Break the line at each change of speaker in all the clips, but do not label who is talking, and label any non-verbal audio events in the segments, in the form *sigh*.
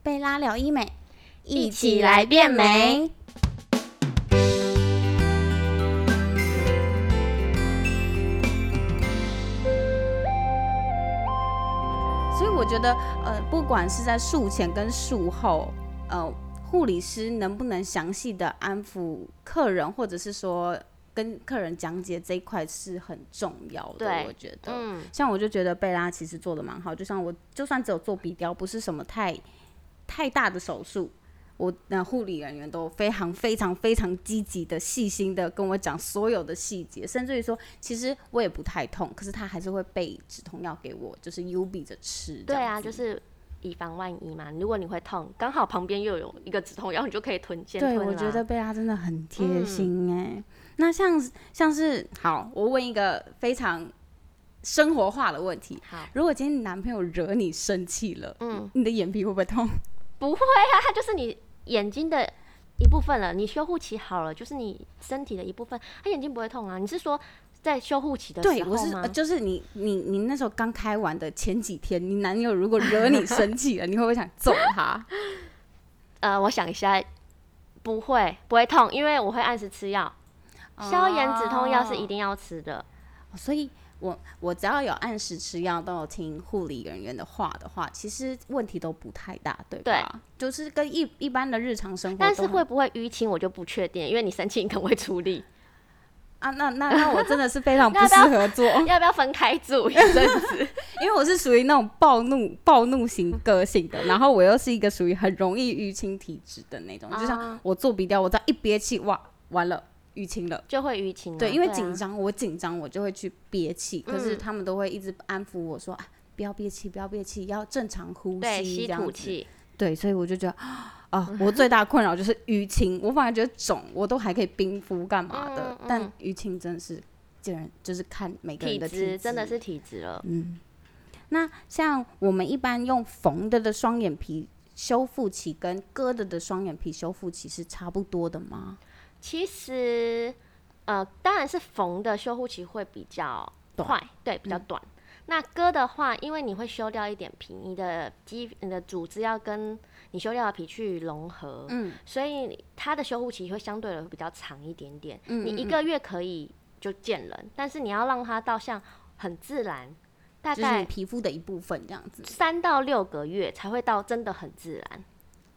贝拉聊医美，
一起来变美。
所以我觉得，呃，不管是在术前跟术后，呃，护理师能不能详细的安抚客人，或者是说跟客人讲解这一块是很重要的
对，
我觉得。
嗯，
像我就觉得贝拉其实做的蛮好，就像我就算只有做鼻雕，不是什么太太大的手术，我那护理人员都非常非常非常积极的、细心的跟我讲所有的细节，甚至于说其实我也不太痛，可是他还是会备止痛药给我，就是 U B 着吃这
对
样
啊，
子。
就是以防万一嘛。如果你会痛，刚好旁边又有一个止痛药，你就可以吞先
对，
吞
我
啦啊
觉得贝拉真的很贴心哎、那像像是好，我问一个非常生活化的问题。
好，
如果今天你男朋友惹你生气了，
嗯，
你的眼皮会不会痛？
不会啊，它就是你眼睛的一部分了。你修护期好了，就是你身体的一部分，它眼睛不会痛啊。你是说在修护期的
对
时，
我
候
是
吗
呃？就是你你你那时候刚开完的前几天，你男友如果惹 *laughs* 你生气了，你会不会想揍他？
呃，我想一下，不会，不会痛，因为我会按时吃药，
哦
消炎止痛药是一定要吃的。
*laughs* 所以我我只要有按时吃药，都有听护理人员的话的话，其实问题都不太大，对吧？就是跟一一般的日常生活都
但
很，
是会不会淤青，我就不确定，因为你生气，你可能会处理。 *laughs*
啊，那那那我真的是非常不
那
适
要
合做， *laughs*
要不要分开住一阵子？
因为我是属于那种暴怒暴怒型个性的，然后我又是一个属于很容易淤青体质的那种，就像
啊
我做鼻雕，我只要一憋气，哇，完了淤青了。
就会淤青啊。
对，因为
啊嗯
紧张，我紧张我就会去憋气，可是他们都会一直安抚我说、啊，不要憋气，不要憋气，要正常呼吸，
对吸
这样
吐
子。
气，
对，所以我就觉得 *gasps*
嗯
啊，我
*laughs*
最大困扰就是淤青，我反而觉得肿，我都还可以冰敷干嘛的，
嗯嗯
但淤青真的是见人就是看每个人
体
的
质
质，嗯
真的是体质了。
那像我们一般用缝的的双眼皮修复期跟割的的双眼皮修复期是差不多的吗？
其实，呃，当然是缝的修护期会比较
短嗯
快，对，比较短。那割的话，因为你会修掉一点皮，你的肌、你的组织要跟你修掉的皮去融合，
嗯，
所以它的修护期会相对的比较长一点点。
嗯
你一个月可以就见人，但是你要让它到像很自然，大
就是你
概哦
皮肤的一部分这样子。
三到六个月才会到真的很自然。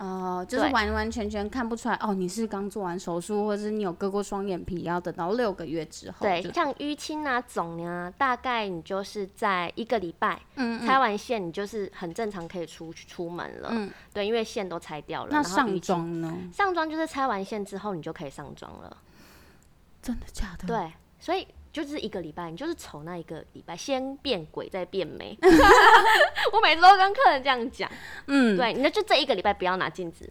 哦，就是
对
完完全全看不出来哦，你是刚做完手术，或者是你有割过双眼皮，要等到六个月之后。
对
就，
像淤青啊、肿啊，大概你就是在一个礼拜，嗯拆完线你就是很正常可以出去出门了，
嗯
对，因为线都拆掉了。
那
然后
上
淤
妆呢？
上妆就是拆完线之后你就可以上妆了，
真的假的？，
对，所以就是一个礼拜，你就是丑那一个礼拜，先变鬼再
*laughs*
变美。我每次都跟客人这样讲，
嗯。
对，那就这一个礼拜不要拿镜子，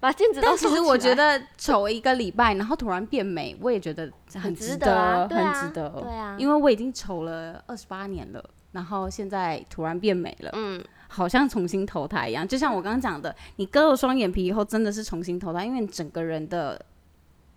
把镜子都
但其
收
实
起
我觉
来
得丑一个礼拜，然后突然变美，我也觉得很值
值得啊对啊
很值得。
对啊
因为我已经丑了二十八年了，然后现在突然变美了，
嗯，
好像重新投胎一样。就像我刚刚讲的，你割了双眼皮以后，真的是重新投胎，因为你整个人的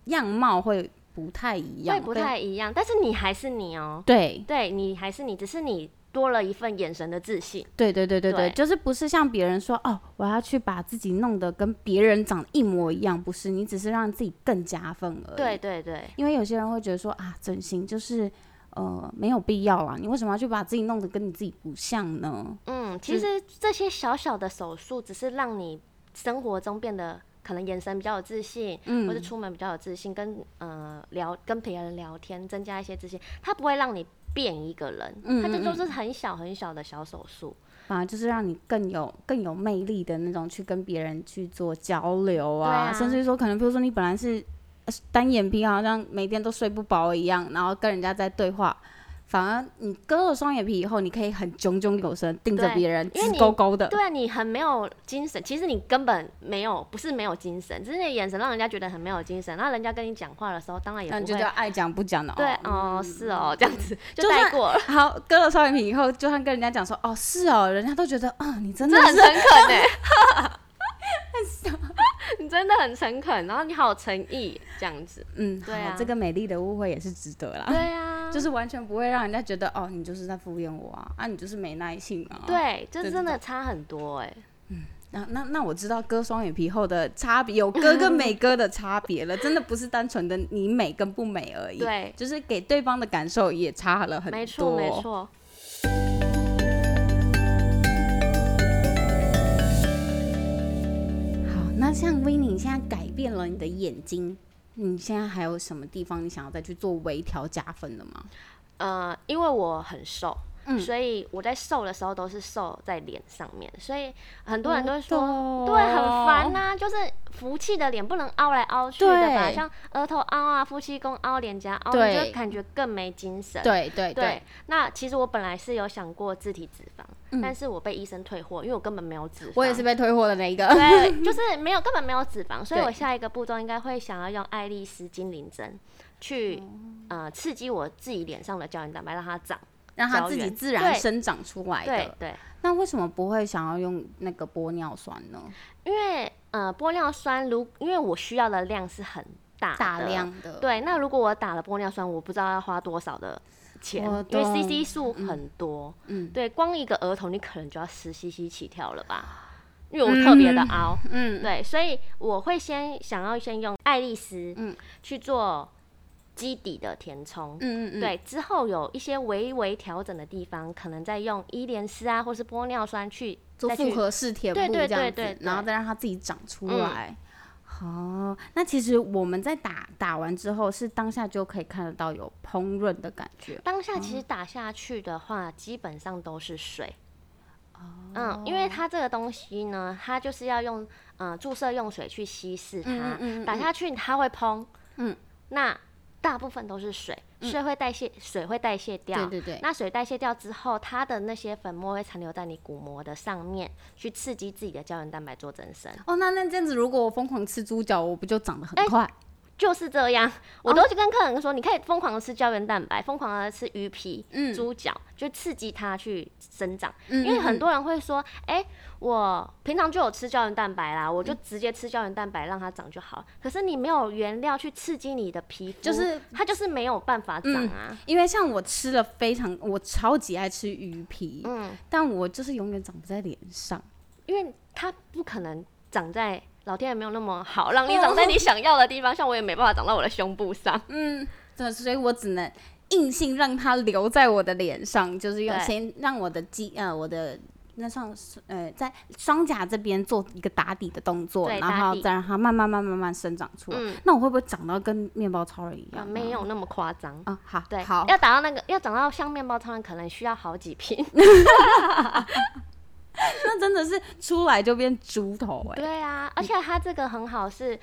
样貌会不太一样，
会不
跟
太一样，但是你还是你哦、
对。
对你还是你，只是你多了一份眼神的自信。
对对对对对，
对
就是不是像别人说哦，我要去把自己弄得跟别人长得一模一样，不是，你只是让自己更加分而已。
对，对对，
因为有些人会觉得说啊，整形就是呃没有必要啊，你为什么要去把自己弄得跟你自己不像呢？
嗯，其实这些小小的手术，只是让你生活中变得可能眼神比较有自信，
嗯
或者出门比较有自信，跟呃聊跟别人聊天，增加一些自信，它不会让你变一个
嗯
人，它这都是很小很小的小手术。
反而就是让你更有更有魅力的那种去跟别人去做交流
对
啊，
啊
甚至说可能比如说你本来是呃单眼皮，好像每天都睡不饱一样，然后跟人家在对话。反而你割了双眼皮以后，你可以很炯炯有神，盯着
对
别人，
因为
直
你
勾勾的。
对啊，你很没有精神，其实你根本没有，不是没有精神，只是你的眼神让人家觉得很没有精神。然后人家跟你讲话的时候，当然也
那
不
你就
会
叫爱讲不讲的哦。嗯
对哦，是哦，这样子就
就
带
算
过了，
好，割了双眼皮以后，就算跟人家讲说哦是哦，人家都觉得啊、你真的
真的很
是
诚恳
欸
*laughs* 呢，你真的很诚恳，然后你好有诚意，这样子，
嗯，
对
好
啊
这个美丽的误会也是值得啦。
对啊，
就是完全不会让人家觉得哦，你就是在敷衍我啊，啊，你就是没耐性啊。，
对，就
对
是真的差很多哎，
那那那我知道割双眼皮后的差别，有割跟没割的差别了，真的不是单纯的你美跟不美而已，
对
就是给对方的感受也差了很多。
没错没错。
好，那像 v i n n 你现在改变了你的眼睛，你现在还有什么地方你想要再去做微调加分的吗？
呃，因为我很瘦，
嗯
所以我在瘦的时候都是瘦在脸上面，所以很多人都会
我
说，
哦懂
对，很烦啊呐、就是福气的脸不能凹来凹去的吧，
对
像额头凹啊、夫妻宫凹、脸颊凹，你
对
就会感觉更没精神。
对对
对，那其实我本来是有想过自体脂肪，但是我被医生退货，因为我根本没有脂肪。
嗯我也是。被退货的那一个。
对，就是没有根本没有脂肪，所以
对
我下一个步骤应该会想要用爱丽丝精灵针去、
哦
呃刺激我自己脸上的胶原蛋白，让它长。
*laughs* 让它自己自然
对
生长出来
对
的。
对，
那为什么不会想要用那个玻尿酸呢？
因为呃玻尿酸如因为我需要的量是很大的
大量的，
对，那如果我打了玻尿酸，我不知道要花多少的钱
我，
因
懂
为 CC 数很多。
嗯
对，光一个额头你可能就要十 CC 起跳了吧？因为我特别的凹，
嗯，
对，所以我会先想要先用爱丽丝，
嗯
去做基底的填充。
嗯嗯嗯，
对，之后有一些微微调整的地方，可能再用伊莲丝啊，或是玻尿酸去
做
再
复
去
合式填
对
布
对
这样
对
子
对，嗯
然后
对
再让它自己长出来。哦，那其实我们在打打完之后，是当下就可以看得到有烹饪的感觉。
当下
哦
其实打下去的话，基本上都是水。嗯，
哦
因为它这个东西呢，它就是要用呃注射用水去稀释它，
嗯嗯嗯嗯
打下去它会嘭。
嗯，
那大部分都是水，水会代谢，水会代谢掉。
对对对，
那水代谢掉之后，它的那些粉末会残留在你骨膜的上面，去刺激自己的胶原蛋白做增生。
哦，那那这样子，如果我疯狂吃猪脚，我不就长得
哎
很快？
就是这样，
哦
我都去跟客人说，你可以疯狂的吃胶原蛋白，疯狂的吃鱼皮、
嗯
猪脚，就刺激它去生长。
嗯
因为
嗯
很
嗯
多人会说，哎、我平常就有吃胶原蛋白啦，
嗯
我就直接吃胶原蛋白让它长就好。可是你没有原料去刺激你的皮肤，
就是嗯
它就是没有办法长啊。
因为像我吃了非常，我超级爱吃鱼皮，
嗯
但我就是永远长不在脸上。
因为它不可能长在老天爷没有那么好，让你
哦 *laughs*
长在你想要的地方。像我也没办法长到我的胸部上。
嗯，对，所以我只能硬性让它留在我的脸上，就是用
对
先让我的肌呃我的那上是呃在双颊这边做一个打底的动作，
对
然
打
后
底
再让它慢慢慢慢慢生长出来。
嗯
那我会不会长到跟面包超人一样、
啊，没。有那么夸张。
啊，好，
对，
好，
要达到那个，要长到像面包超人，可能需要好几瓶。
那真的是出来就变猪头哎、
对啊，而且它这个很好是，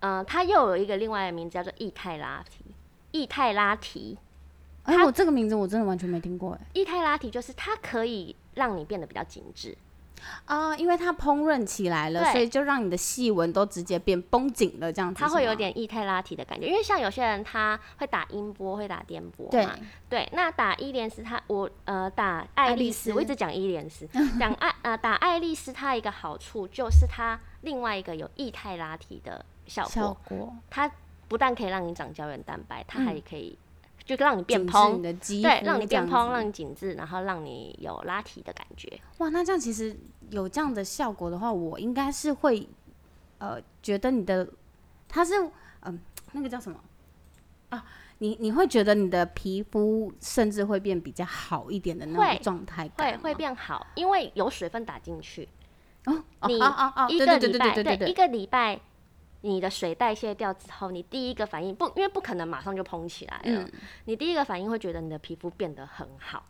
呃，它又有一个另外的名字叫做液态拉提。液态拉提，
哎、我这个名字我真的完全没听过哎、
液态拉提就是它可以让你变得比较紧致。
啊、因为它烹饪起来了，
对
所以就让你的细纹都直接变绷紧了，这样子
它
是
会
吗
有点液态拉提的感觉，因为像有些人他会打音波，会打电波
对
嘛。对，那打伊莲丝，它我呃打
爱
爱丽丝，
丽丝
我一直讲伊莲 *laughs* 丝，讲爱呃打爱丽丝，它一个好处就是它另外一个有液态拉提的效
效
果，
果，
它不但可以让你长胶原蛋白，它还可以、就让你变
嗯紧致你
蓬，
的肌
对，
肤
让你
这样
变蓬，
子
让你紧致，然后让你有拉提的感觉。
哇，那这样其实有这样的效果的话，我应该是会，呃，觉得你的它是嗯、那个叫什么啊？你你会觉得你的皮肤甚至会变比较好一点的那
会
种状态感
会
吗，
会变好，因为有水分打进去，
哦，哦
你
啊啊啊，
一
对
个
对对对
礼拜，
对对
一
对，
个礼拜，你的水代谢掉之后，你第一个反应不，因为不可能马上就蓬起来了，
嗯
你第一个反应会觉得你的皮肤变得很好，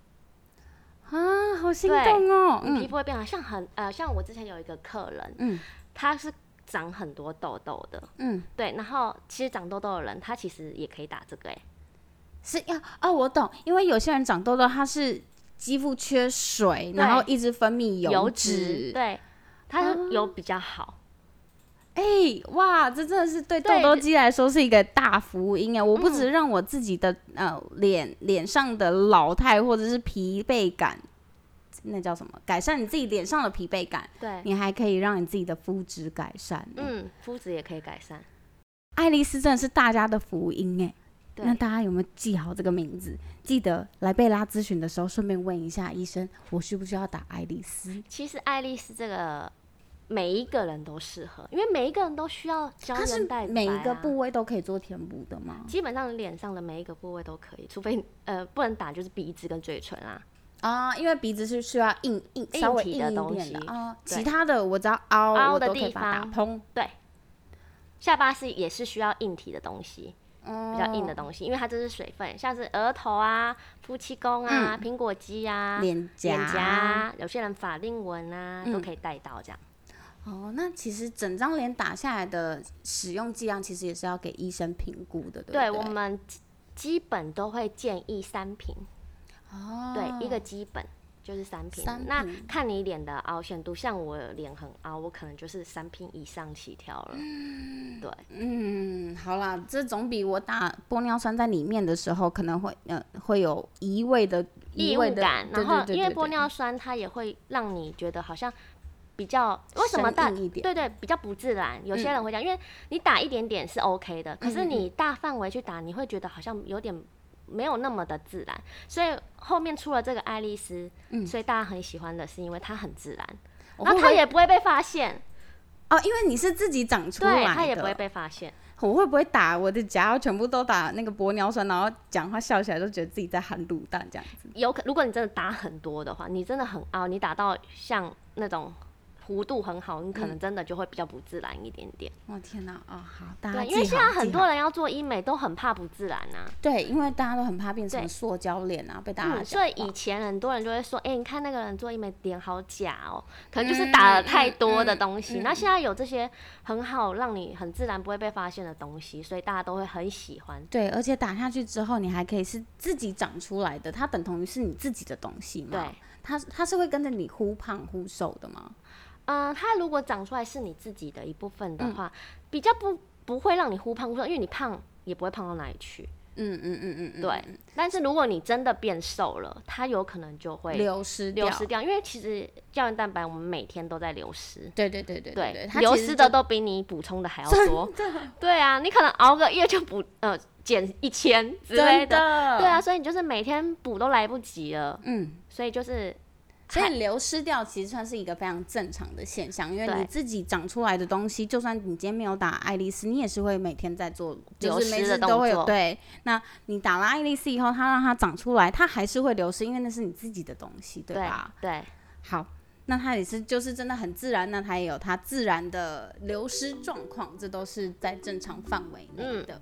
啊，好心
对
动哦，
你
嗯
皮肤会变好，像很呃，像我之前有一个客人，
嗯
他是长很多痘痘的，
嗯，
对，然后其实长痘痘的人，他其实也可以打这个、欸，
是要哦，我懂，因为有些人长痘痘，他是肌肤缺水，然
对
后一直分泌
油
脂，啊
对，它是有比较好，
哎、哇，这真的是对痘
对嗯
痘
这
肌来说是一个大福音哎！我不止让我自己的、呃脸脸上的老态或者是疲惫感，那叫什么？改善你自己脸上的疲惫感，
对，
你还可以让你自己的肤质改善。嗯，
嗯，肤质也可以改善，
爱丽丝真的是大家的福音哎！
对
那大家有没有记好这个名字？记得来贝拉咨询的时候，顺便问一下医生，我需不需要打爱丽丝？
其实爱丽丝这个每一个人都适合，因为每一个人都需要胶
它是
原蛋白、啊。
每一个部位都可以做填补的吗？
基本上脸上的每一个部位都可以，除非呃不能打就是鼻子跟嘴唇啦。
啊，因为鼻子是需要硬硬
硬
稍微
体
硬
的
一
东
点
西嗯
的啊，
对
其他的我只要凹，
凹
我
的
都可以
地
把它打
方
蓬。
对，下巴是也是需要硬体的东西，
嗯
比较
哦
硬的东西，因为它这是水分，像是额头啊、夫妻宫啊、苹果肌啊、
嗯脸
脸
颊
颊啊，有些人法令纹啊、都
嗯
可以带到这样。
哦，那其实整张脸打下来的使用剂量，其实也是要给医生评估的，对不
对
对？
我们基基本都会建议三瓶，
哦，
对，一个基本。就是三瓶，
三
那
瓶
看你脸的凹陷度，像我脸很凹，我可能就是三瓶以上起跳了。对，
嗯，好啦，这总比我打玻尿酸在里面的时候可能会呃会有移位的移
异
位
物
的
感，
对
然后
对对
因为
对
玻
对
尿酸它也会让你觉得好像比较为什么
生
大
硬一点嗯
对对比较不自然，有些人会讲，因为你打一点点是 OK 的，可是你大范围去打，你会觉得好像有点没有那么的自然，所以后面出了这个爱丽丝，所以大家很喜欢的是因为它很自然，
嗯我
然
会
后
不
它
会
也不会被发现，
哦，因为你是自己长出来
对，
的，
它也不会被发现。
我会不会打我的假药全部都打那个玻尿酸，然后讲话笑起来都觉得自己在含卤蛋这样子？
有可，如果你真的打很多的话，你真的很凹，你打到像那种弧度很好，你可
嗯
能真的就会比较不自然一点点。
我、天哪，哦好，大家
对，因为
记
现
好
在很
记
多
好
人要做医美都很怕不自然啊。
对，因为大家都很怕变成
对
塑胶脸啊，被大家
嗯，
讲
所
话、
以以前很多人就会说，哎、你看那个人做医美脸好假哦，可能就是
嗯
打了太多的东西。那现在有这些很好让你很自然不会被发现的东西，所以大家都会很喜欢。
对，而且打下去之后，你还可以是自己长出来的，它等同于是你自己的东西嘛。
对，
它它是会跟着你忽胖忽瘦的吗？
嗯，它如果长出来是你自己的一部分
嗯
的话，比较不不会让你忽胖忽瘦，因为你胖也不会胖到哪里去。
嗯嗯嗯嗯嗯，
对，但是如果你真的变瘦了，它有可能就会
流失掉，
流失掉，因为其实胶原蛋白我们每天都在流失。
对对对对对，
对
它，
流
其实
失
就
的都比你补充的还要多。对啊，你可能熬个夜就补呃减一千之类
真
的。
的，
对啊，，所以你就是每天补都来不及了，
嗯，
所以就是
所以流失掉其实算是一个非常正常的现象，因为
对
你自己长出来的东西，就算你今天没有打爱丽丝，你也是会每天在做，就
流
是
失
每次
的动
都会有。
作
对，那你打了爱丽丝以后，它让它长出来，它还是会流失，因为那是你自己的东西，对
对
吧？
对
好，那它也是就是真的很自然，那它也有它自然的流失状况，这都是在正常范围内的。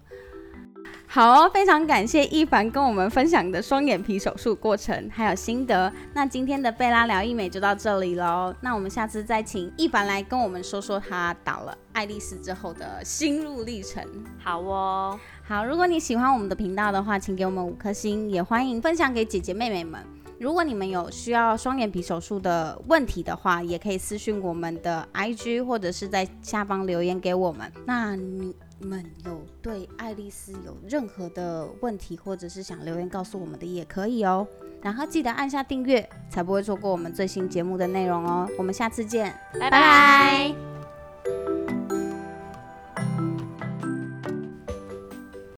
好、哦，非常感谢一凡跟我们分享的双眼皮手术过程还有心得。那今天的贝拉聊医美就到这里喽，那我们下次再请一凡来跟我们说说他打了爱丽丝之后的心路历程。
好哦，
好，如果你喜欢我们的频道的话，请给我们五颗星，也欢迎分享给姐姐妹妹们。如果你们有需要双眼皮手术的问题的话，也可以私讯我们的 IG 或者是在下方留言给我们。那你们有对爱丽丝有任何的问题，或者是想留言告诉我们的，也可以哦。然后记得按下订阅，才不会错过我们最新节目的内容哦。我们下次见，
拜拜